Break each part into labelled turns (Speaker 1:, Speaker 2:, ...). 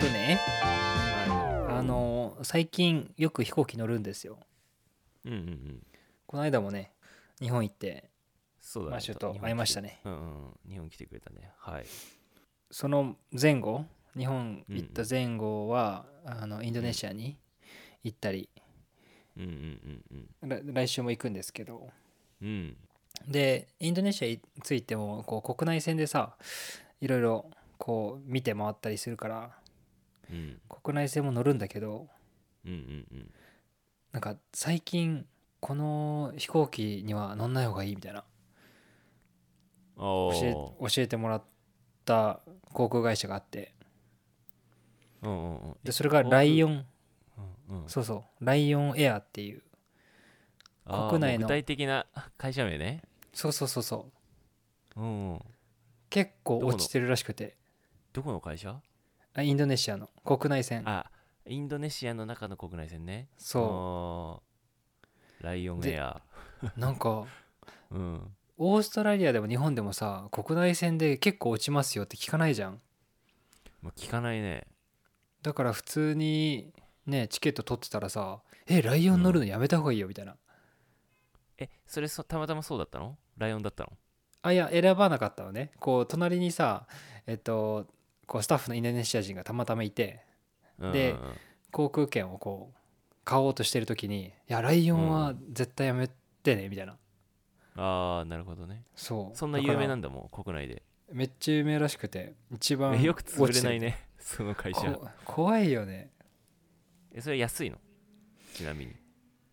Speaker 1: とね
Speaker 2: は
Speaker 1: あの最近よく飛行機乗るんですよ
Speaker 2: い。うんうんうん。
Speaker 1: この間もね日本行って
Speaker 2: そうだね。
Speaker 1: マッシュと会いました
Speaker 2: ね。
Speaker 1: ね
Speaker 2: うんうん。日本来てくれたね。はい。
Speaker 1: その前後日本行った前後は、あのインドネシアに行ったり
Speaker 2: うんうんうん
Speaker 1: ら来週も行くんですけど
Speaker 2: うん。うん。
Speaker 1: でインドネシアについてもこう国内線でさいろいろこう見て回ったりするから
Speaker 2: うん
Speaker 1: 国内線も乗るんだけど
Speaker 2: うんうんうん。
Speaker 1: なんか最近この飛行機には乗んない方がいいみたいな
Speaker 2: ああ。
Speaker 1: 教え教えてもらった航空会社があって
Speaker 2: うんうんうん。
Speaker 1: でそれがライオン
Speaker 2: うんうん。
Speaker 1: そうそうライオンエアっていう
Speaker 2: あー
Speaker 1: 国内の
Speaker 2: もう具体的な会社名ね。
Speaker 1: そうそうそうそう
Speaker 2: うんうん。
Speaker 1: 結構
Speaker 2: どこ
Speaker 1: 落
Speaker 2: の
Speaker 1: ちてるらしくて
Speaker 2: どこの会社
Speaker 1: あインドネシアの国内線
Speaker 2: あ、インドネシアの中の国内線ね。
Speaker 1: そ
Speaker 2: あーライオンエア。
Speaker 1: うなんか
Speaker 2: うん。
Speaker 1: オーストラリアでも日本でもさ国内線で結構落ちますよって聞かないじゃん
Speaker 2: まあ、聞かないね。
Speaker 1: だから普通にねチケット取ってたらさ「えライオン乗るのやめた方がいいよ」みたいな、
Speaker 2: え、それそたまたまそうだったのライオンだったの
Speaker 1: あいや選ばなかったのねこう隣にさえっとこうスタッフのインドネシア人がたまたまいて
Speaker 2: うんうんうん
Speaker 1: で航空券をこう買おうとしてる時に「いやライオンは絶対やめてね」みたいな、
Speaker 2: ああ、なるほどね。
Speaker 1: そう
Speaker 2: そんな有名な
Speaker 1: だ
Speaker 2: んだもん、国内で。
Speaker 1: からめっちゃ有名らしくて一番
Speaker 2: え よく潰れない
Speaker 1: ね
Speaker 2: ね、その会社。
Speaker 1: 怖いよね
Speaker 2: え、それ安いのちなみに。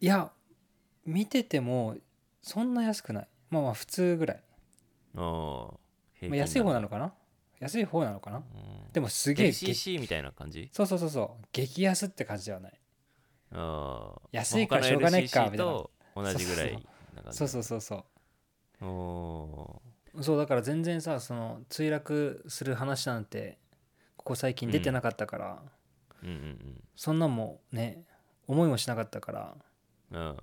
Speaker 1: いや見ててもそんな安くないまあまあ普通ぐらい、
Speaker 2: ああ、平
Speaker 1: まあ、安い方な
Speaker 2: の
Speaker 1: のかな安い方なのかな
Speaker 2: で
Speaker 1: で
Speaker 2: も、
Speaker 1: もすげえ激
Speaker 2: LCC みたいな感じ
Speaker 1: そうそうそうそう激安って感じではない
Speaker 2: ああ。
Speaker 1: 安いからしょうがないか
Speaker 2: 他の LCC と同じぐらいな感じ。
Speaker 1: そうそうそうそ
Speaker 2: お
Speaker 1: うそうだから全然さその墜落する話なんてここ最近出てなかったから、
Speaker 2: ーうんうん
Speaker 1: そんなんもね思いもしなかったから
Speaker 2: うんうん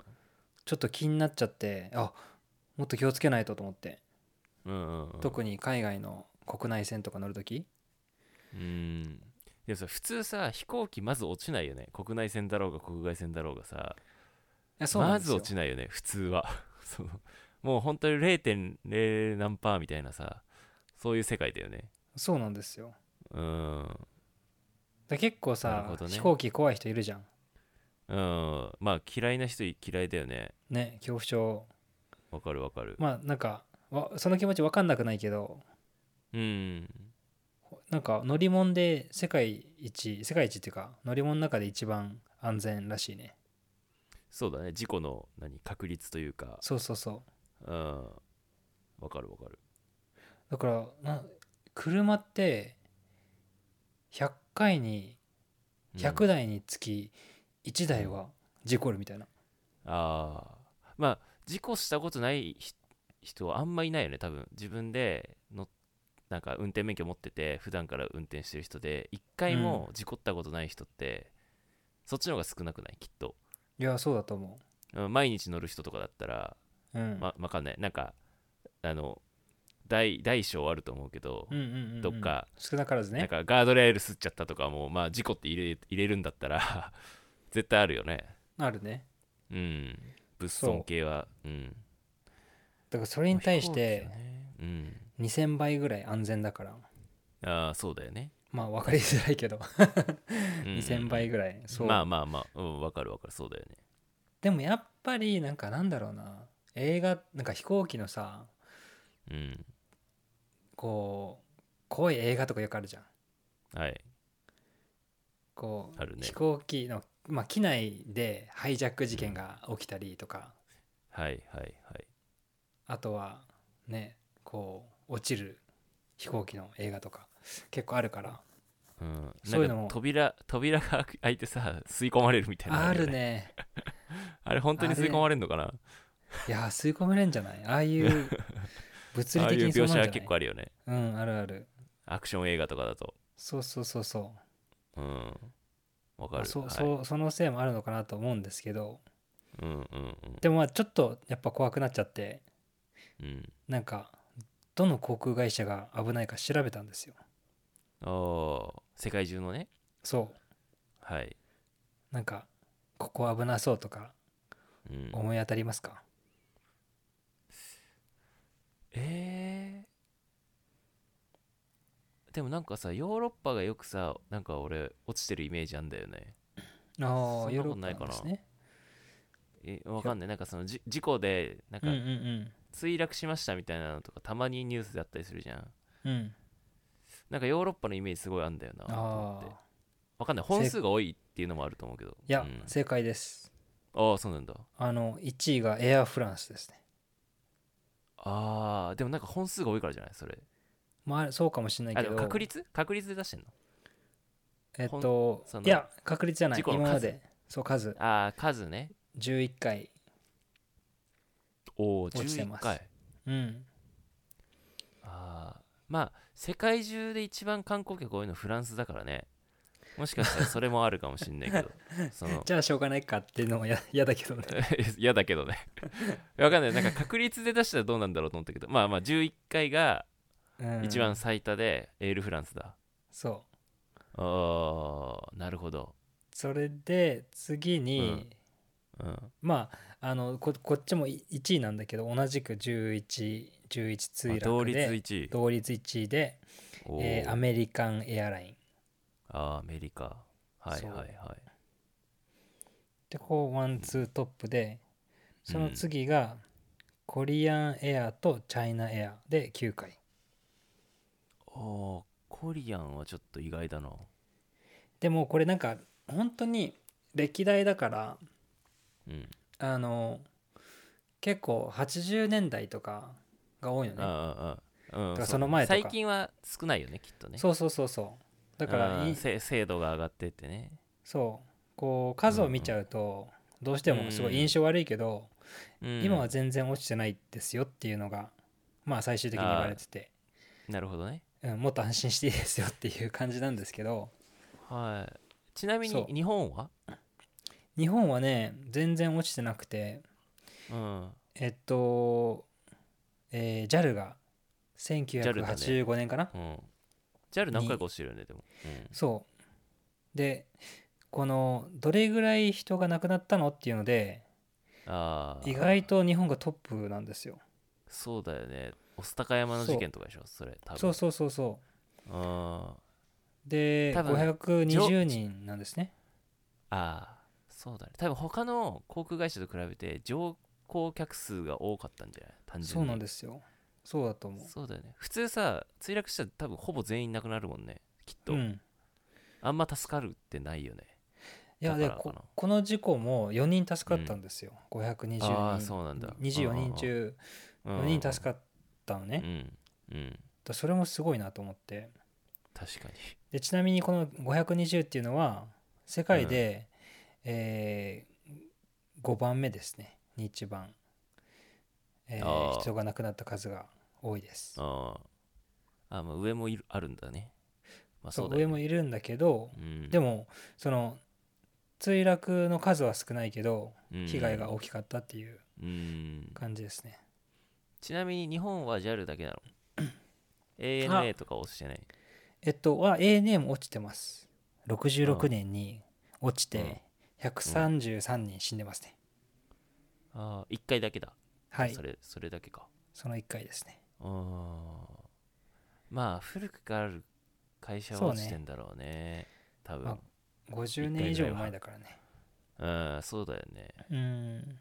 Speaker 1: ちょっと気になっちゃってあもっと気をつけないとと思って、
Speaker 2: うんうんうん
Speaker 1: 特に海外の国内線とか乗る時
Speaker 2: うんでもさ普通さ飛行機まず落ちないよね国内線だろうが国外線だろうがさ
Speaker 1: いやそうな
Speaker 2: ま
Speaker 1: んです
Speaker 2: ず
Speaker 1: よ、
Speaker 2: 落ちないよね普通は そのもう本当に0.0何パーみたいなさそういう世界だよね
Speaker 1: そうなんですよ
Speaker 2: うん
Speaker 1: だ結構
Speaker 2: なる
Speaker 1: さ、
Speaker 2: ほどね
Speaker 1: 飛行機怖い人いるじゃん
Speaker 2: うんまあ嫌いな人嫌いだよね
Speaker 1: ね恐怖症
Speaker 2: わかるわかる、
Speaker 1: まあなんかわその気持ち分かんなくないけど
Speaker 2: うん
Speaker 1: なんか乗り物で世界一世界一っていうか乗り物の中で一番安全らしいね
Speaker 2: そうだね事故の何確率というか
Speaker 1: そうそうそう
Speaker 2: うんわかるわかる
Speaker 1: だからな車って100回に
Speaker 2: うん
Speaker 1: 100台につき1台は事故るみたいな、
Speaker 2: ああまあ事故したことないひ人はあんまいないよね多分自分でのなんか運転免許持ってて普段から運転してる人で一回も事故ったことない人って、そっちの方が少なくないきっと
Speaker 1: いやそうだと思
Speaker 2: うん毎日乗る人とかだったら
Speaker 1: う、うん、
Speaker 2: まわかんないなんかあの大大小あると思うけど、
Speaker 1: うんうんうんうん
Speaker 2: どっか
Speaker 1: 少なからず
Speaker 2: なん
Speaker 1: ね
Speaker 2: かガードレールすっちゃったとかもまあ事故って入れ入れるんだったら 絶対あるよね
Speaker 1: あるね
Speaker 2: うん物損系はうん
Speaker 1: だからそれに対して
Speaker 2: 飛行機はね
Speaker 1: 2000倍ぐらい安全だから
Speaker 2: うん、ああそうだよね、
Speaker 1: まあ分かりづらいけど
Speaker 2: うんうん
Speaker 1: 2000倍ぐらいそう、
Speaker 2: まあまあまあうんわかるわかるそうだよね
Speaker 1: でもやっぱりなんかなんだろうな映画なんか飛行機のさ
Speaker 2: うん
Speaker 1: こう怖い映画とかよくあるじゃん
Speaker 2: はい
Speaker 1: こう
Speaker 2: あるね
Speaker 1: 飛行機の、まあ、機内でハイジャック事件が起きたりとか、
Speaker 2: はいはいはい
Speaker 1: あとはねこう落ちる飛行機の映画とか結構あるから
Speaker 2: うん、
Speaker 1: そういうのも
Speaker 2: なんか扉扉が開いてさ吸い込まれるみたいなの
Speaker 1: ある
Speaker 2: よ
Speaker 1: ね
Speaker 2: あれ本当に吸い込まれるのかない
Speaker 1: やー吸い込めれんじゃないああいう 物理
Speaker 2: ああ
Speaker 1: 的
Speaker 2: いう
Speaker 1: にそう
Speaker 2: 描
Speaker 1: なんじ
Speaker 2: 写
Speaker 1: ゃな
Speaker 2: はい結構あるよね
Speaker 1: うんあるある
Speaker 2: アクション映画とかだと
Speaker 1: そうそうそうそう
Speaker 2: うんわか
Speaker 1: まあ
Speaker 2: る
Speaker 1: そ
Speaker 2: は
Speaker 1: う
Speaker 2: い
Speaker 1: そうそのせいもあるのかなと思うんですけど
Speaker 2: うんうんうん
Speaker 1: でもまあちょっとやっぱ怖くなっちゃって
Speaker 2: うん
Speaker 1: なんかどの航空会社が危ないか調べたんですよ
Speaker 2: ああ世界中のね
Speaker 1: そ
Speaker 2: はい、
Speaker 1: うなんかここ危なそうとか
Speaker 2: うん、
Speaker 1: 思い当たりますか、
Speaker 2: えー、でもなんかさヨーロッパがよくさなんか俺落ちてるイメージあんだよね
Speaker 1: ああ
Speaker 2: そんなこと
Speaker 1: ヨーロッ
Speaker 2: ないか
Speaker 1: パ
Speaker 2: な
Speaker 1: ですね
Speaker 2: えわかんないなんかそのじ事故でなん
Speaker 1: うんう
Speaker 2: か
Speaker 1: んうん
Speaker 2: 墜落しましたみたいなのとかたまにニュースであったりするじゃん
Speaker 1: うん、
Speaker 2: なんかヨーロッパのイメージすごいあんだよなと思
Speaker 1: あ
Speaker 2: って
Speaker 1: あ
Speaker 2: わかんない本数が多いっていうのもあると思うけど
Speaker 1: いや、
Speaker 2: うん
Speaker 1: 正解です
Speaker 2: ああそうなんだ
Speaker 1: あの1位がエアフランスですね
Speaker 2: あーでもなんか本数が多いからじゃないそれ
Speaker 1: まあそうかもしれない
Speaker 2: あ
Speaker 1: け
Speaker 2: で
Speaker 1: ど
Speaker 2: も確率確率で出してんの
Speaker 1: えっと
Speaker 2: その
Speaker 1: いや確率じゃない
Speaker 2: 事故
Speaker 1: 今
Speaker 2: の数
Speaker 1: までそう数
Speaker 2: ああ数ね
Speaker 1: 11回
Speaker 2: おお
Speaker 1: 落ちてま
Speaker 2: 11
Speaker 1: す
Speaker 2: 回
Speaker 1: うん
Speaker 2: ああまあ世界中で一番観光客多いのフランスだからねもしかしたらそれもあるかもしんない けどその
Speaker 1: じゃあしょうがないかっていうのもや 嫌だけどね
Speaker 2: 嫌だけどね わかんないなんか確率で出したらどうなんだろうと思ったけどまあまあ11回が
Speaker 1: うん
Speaker 2: 一番最多でエールフランスだ、
Speaker 1: そう
Speaker 2: ああなるほど
Speaker 1: それで次に、
Speaker 2: うん
Speaker 1: まああのここっちも1位なんだけど同じく1111墜落で
Speaker 2: あ同率1位
Speaker 1: 同率1位で、
Speaker 2: おー
Speaker 1: えーアメリカンエアライン
Speaker 2: あーアメリカはい
Speaker 1: そう
Speaker 2: はいはい
Speaker 1: でこうワンツートップでその次がコリアンエアとチャイナエアで9回
Speaker 2: おーコリアンはちょっと意外だな
Speaker 1: でもこれなんか本当に歴代だから
Speaker 2: うん
Speaker 1: あの結構80年代とかが多いよね
Speaker 2: ああああう
Speaker 1: だ
Speaker 2: ん
Speaker 1: から
Speaker 2: う
Speaker 1: その前とか
Speaker 2: 最近は少ないよねきっとね
Speaker 1: そうそうそうそうだから
Speaker 2: う
Speaker 1: い
Speaker 2: んせ精度が上がってってね
Speaker 1: そうこう数を見ちゃうとどうしてもすごい印象悪いけど、
Speaker 2: うん
Speaker 1: 今は全然落ちてないですよっていうのがまあ最終的に言われてて、
Speaker 2: なるほどね
Speaker 1: うん、もっと安心していいですよっていう感じなんですけど
Speaker 2: はいちなみ
Speaker 1: そ
Speaker 2: に
Speaker 1: う
Speaker 2: 日本は
Speaker 1: 日本はね全然落ちてなくて
Speaker 2: うん
Speaker 1: えっと、えー、JAL が
Speaker 2: JAL だね
Speaker 1: 1985年かな、
Speaker 2: うん JAL 何回か落ちてるよねでもうん
Speaker 1: そうでこのどれぐらい人が亡くなったのっていうので
Speaker 2: ああ
Speaker 1: 意外と日本がトップなんですよ
Speaker 2: そうだよね御巣鷹山の事件とかでしょそれ多分
Speaker 1: そうそうそうそう
Speaker 2: あ
Speaker 1: で
Speaker 2: 多分
Speaker 1: 520人なんですね
Speaker 2: あーそうだね多分他の航空会社と比べて乗降客数が多かったんじゃない単純に
Speaker 1: そうなんですよそうだと思
Speaker 2: そうだよね普通さ墜落したら多分ほぼ全員亡くなるもんねきっ
Speaker 1: う、
Speaker 2: と、
Speaker 1: うん、
Speaker 2: あんま助かるってないよね
Speaker 1: いや
Speaker 2: だ
Speaker 1: で
Speaker 2: からか
Speaker 1: こ
Speaker 2: な
Speaker 1: この事故も4人助かったんですよ、520人
Speaker 2: ああそうなんだ
Speaker 1: 24人中4人助
Speaker 2: か
Speaker 1: かったのね、だか
Speaker 2: ねうん、うん、
Speaker 1: らそれもすごいなと思って
Speaker 2: 確かに
Speaker 1: でちなみにこの520っていうのは世界で、え5番目ですね一番、えー
Speaker 2: あー
Speaker 1: 人が亡くなった数が多いです
Speaker 2: あああまあ上もいるあるんだねまあ
Speaker 1: そ
Speaker 2: そううだ
Speaker 1: 上
Speaker 2: よ、
Speaker 1: も
Speaker 2: ね、
Speaker 1: いるんだけど、
Speaker 2: うん
Speaker 1: でもその墜落の数は少ないけど
Speaker 2: うん
Speaker 1: 被害が大きかったっていう
Speaker 2: うん
Speaker 1: 感じですね、
Speaker 2: ちなみに日本は JAL だけな の ANA とか押してない
Speaker 1: えっとは ANA も落ちてます66年に落ちて133人死んでますね、
Speaker 2: ああ1回だけだ、
Speaker 1: はい
Speaker 2: それそれだけか
Speaker 1: その1回ですね
Speaker 2: あーまあ古くからある会社は
Speaker 1: そうね
Speaker 2: 落ちてんだろうね多分、
Speaker 1: ま50年以上前だからね
Speaker 2: うんそうだよね
Speaker 1: うん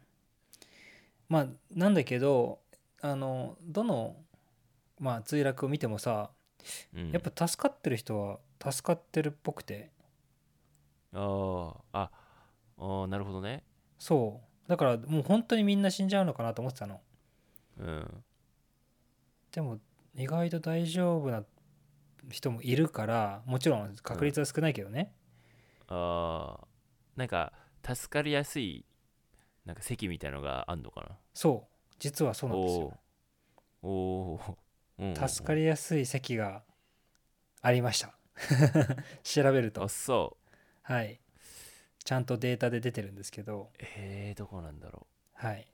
Speaker 1: まあなんだけどあのどの、まあ、墜落を見てもさ
Speaker 2: うん
Speaker 1: やっぱ助かってる人は助かってるっぽくて
Speaker 2: あーああーなるほどね
Speaker 1: そうだからもう本当にみんな死んじゃうのかなと思ってたの
Speaker 2: うん
Speaker 1: でも意外と大丈夫な人もいるからもちろん確率は少ないけどね、
Speaker 2: あーなんか助かりやすいなんか席みたいのがあんのかな
Speaker 1: そう実はそうなんです
Speaker 2: お
Speaker 1: よ
Speaker 2: ーおー、うん、
Speaker 1: 助かりやすい席がありました 調べる
Speaker 2: あ
Speaker 1: と
Speaker 2: そう
Speaker 1: はいちゃんとデータで出てるんですけど
Speaker 2: えー、どこなんだろ
Speaker 1: はい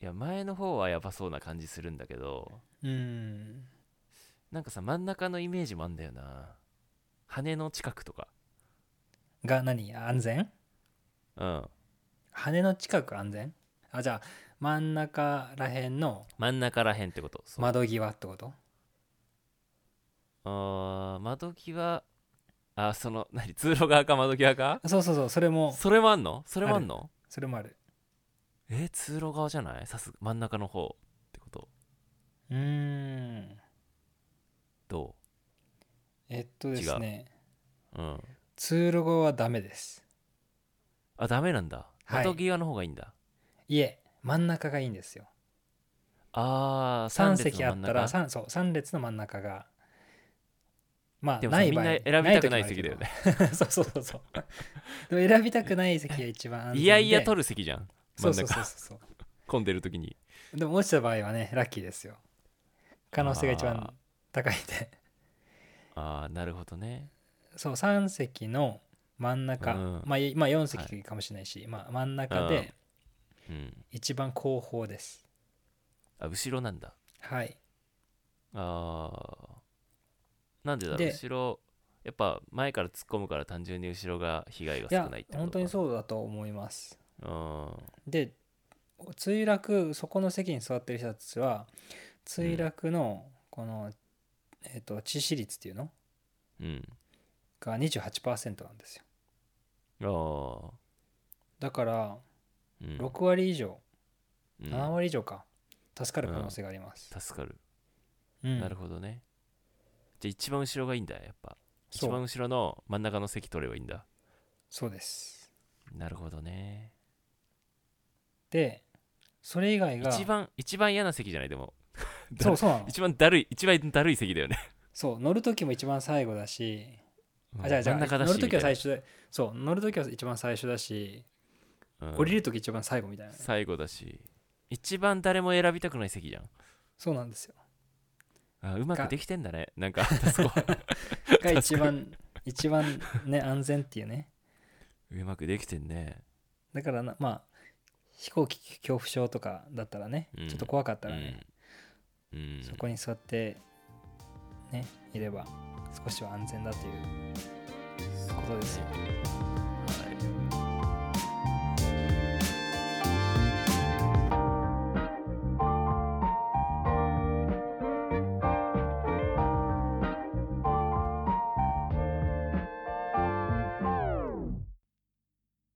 Speaker 1: う
Speaker 2: いや前の方はやばそうな感じするんだけど
Speaker 1: うん
Speaker 2: なんかさ真ん中のイメージもあんだよな羽の近くとか
Speaker 1: が何安全
Speaker 2: うん、
Speaker 1: 羽の近く安全あじゃあ真ん中らへんの
Speaker 2: 真ん中らへんってことそう
Speaker 1: 窓際ってこと
Speaker 2: あー窓際あその何通路側か窓際か
Speaker 1: そうそうそうそれも
Speaker 2: それもあんのそれもあんの
Speaker 1: それもある
Speaker 2: え通路側じゃないさす真ん中の方ってこと
Speaker 1: うーん
Speaker 2: ど
Speaker 1: えっとですね
Speaker 2: ううん
Speaker 1: 通路側はダメです
Speaker 2: あダメなんだ
Speaker 1: はい
Speaker 2: 窓際の方がいいんだ、
Speaker 1: いえ真ん中がいいんですよ
Speaker 2: ああ
Speaker 1: 3席あったら
Speaker 2: 3
Speaker 1: 3そう3列の真ん中がまあ
Speaker 2: でもさ
Speaker 1: ない場合
Speaker 2: みんな選びたくない席だよね
Speaker 1: ない時もあるけど そうそうそうそうでも選びたくない席が一番安全で
Speaker 2: いやいや取る席じゃん
Speaker 1: そ
Speaker 2: 真
Speaker 1: うんそうそ
Speaker 2: 中
Speaker 1: うそうそ
Speaker 2: 混んでる時に
Speaker 1: うでも落ちた場合はねラッキーですよ可能性が一番高いんで
Speaker 2: ああなるほどね
Speaker 1: そう3席の真ん中、
Speaker 2: うん
Speaker 1: まあ、いまあ4席かもしれないし、まあ、真ん中
Speaker 2: うん
Speaker 1: で
Speaker 2: うん
Speaker 1: 一番後方です、
Speaker 2: あ後ろなんだ
Speaker 1: はい
Speaker 2: あーなんでだろう
Speaker 1: で
Speaker 2: 後ろやっぱ前から突っ込むから単純に後ろが被害が
Speaker 1: いや
Speaker 2: 少ないってこと
Speaker 1: 本当に
Speaker 2: う
Speaker 1: そうだと思います
Speaker 2: うん
Speaker 1: で墜落そこの席に座ってる人たちは墜落のこの、えっと致死率っていうの
Speaker 2: うん
Speaker 1: が28%なんですよ
Speaker 2: ああ
Speaker 1: だから
Speaker 2: うん
Speaker 1: 6割以上、
Speaker 2: うん
Speaker 1: 7割以上か助かる可能性があります、
Speaker 2: 助かる
Speaker 1: うん
Speaker 2: なるほどねじゃあ一番後ろがいいんだやっぱ一
Speaker 1: そう
Speaker 2: 番後ろの真ん中の席取ればいいんだ
Speaker 1: そうです
Speaker 2: なるほどね
Speaker 1: でそれ以外が
Speaker 2: 一番一番嫌な席じゃないでもだ
Speaker 1: そうそうなの
Speaker 2: 一番だるい一番だるい席だよね
Speaker 1: そう乗る時も一番最後だし、あじゃあじ
Speaker 2: 真
Speaker 1: ゃ
Speaker 2: ん
Speaker 1: あ
Speaker 2: 中だし
Speaker 1: 乗る時は
Speaker 2: みたい
Speaker 1: 最
Speaker 2: な
Speaker 1: 初でそう乗る時は一番最初だし、
Speaker 2: うん
Speaker 1: 降りる時一番最後みたいな
Speaker 2: 最後だし一番誰も選びたくない席じゃん
Speaker 1: そうなんですよ
Speaker 2: あうま
Speaker 1: が
Speaker 2: くできてんだねな んかそこは
Speaker 1: が一番一番ね安全っていうね
Speaker 2: うまくできてんね
Speaker 1: だからなまあ飛行機恐怖症とかだったらね、
Speaker 2: うん
Speaker 1: ちょっと怖かった
Speaker 2: う
Speaker 1: ら
Speaker 2: ん
Speaker 1: ね、、
Speaker 2: うん、
Speaker 1: そこに座ってねいれば少しは安全だということですよ
Speaker 2: はい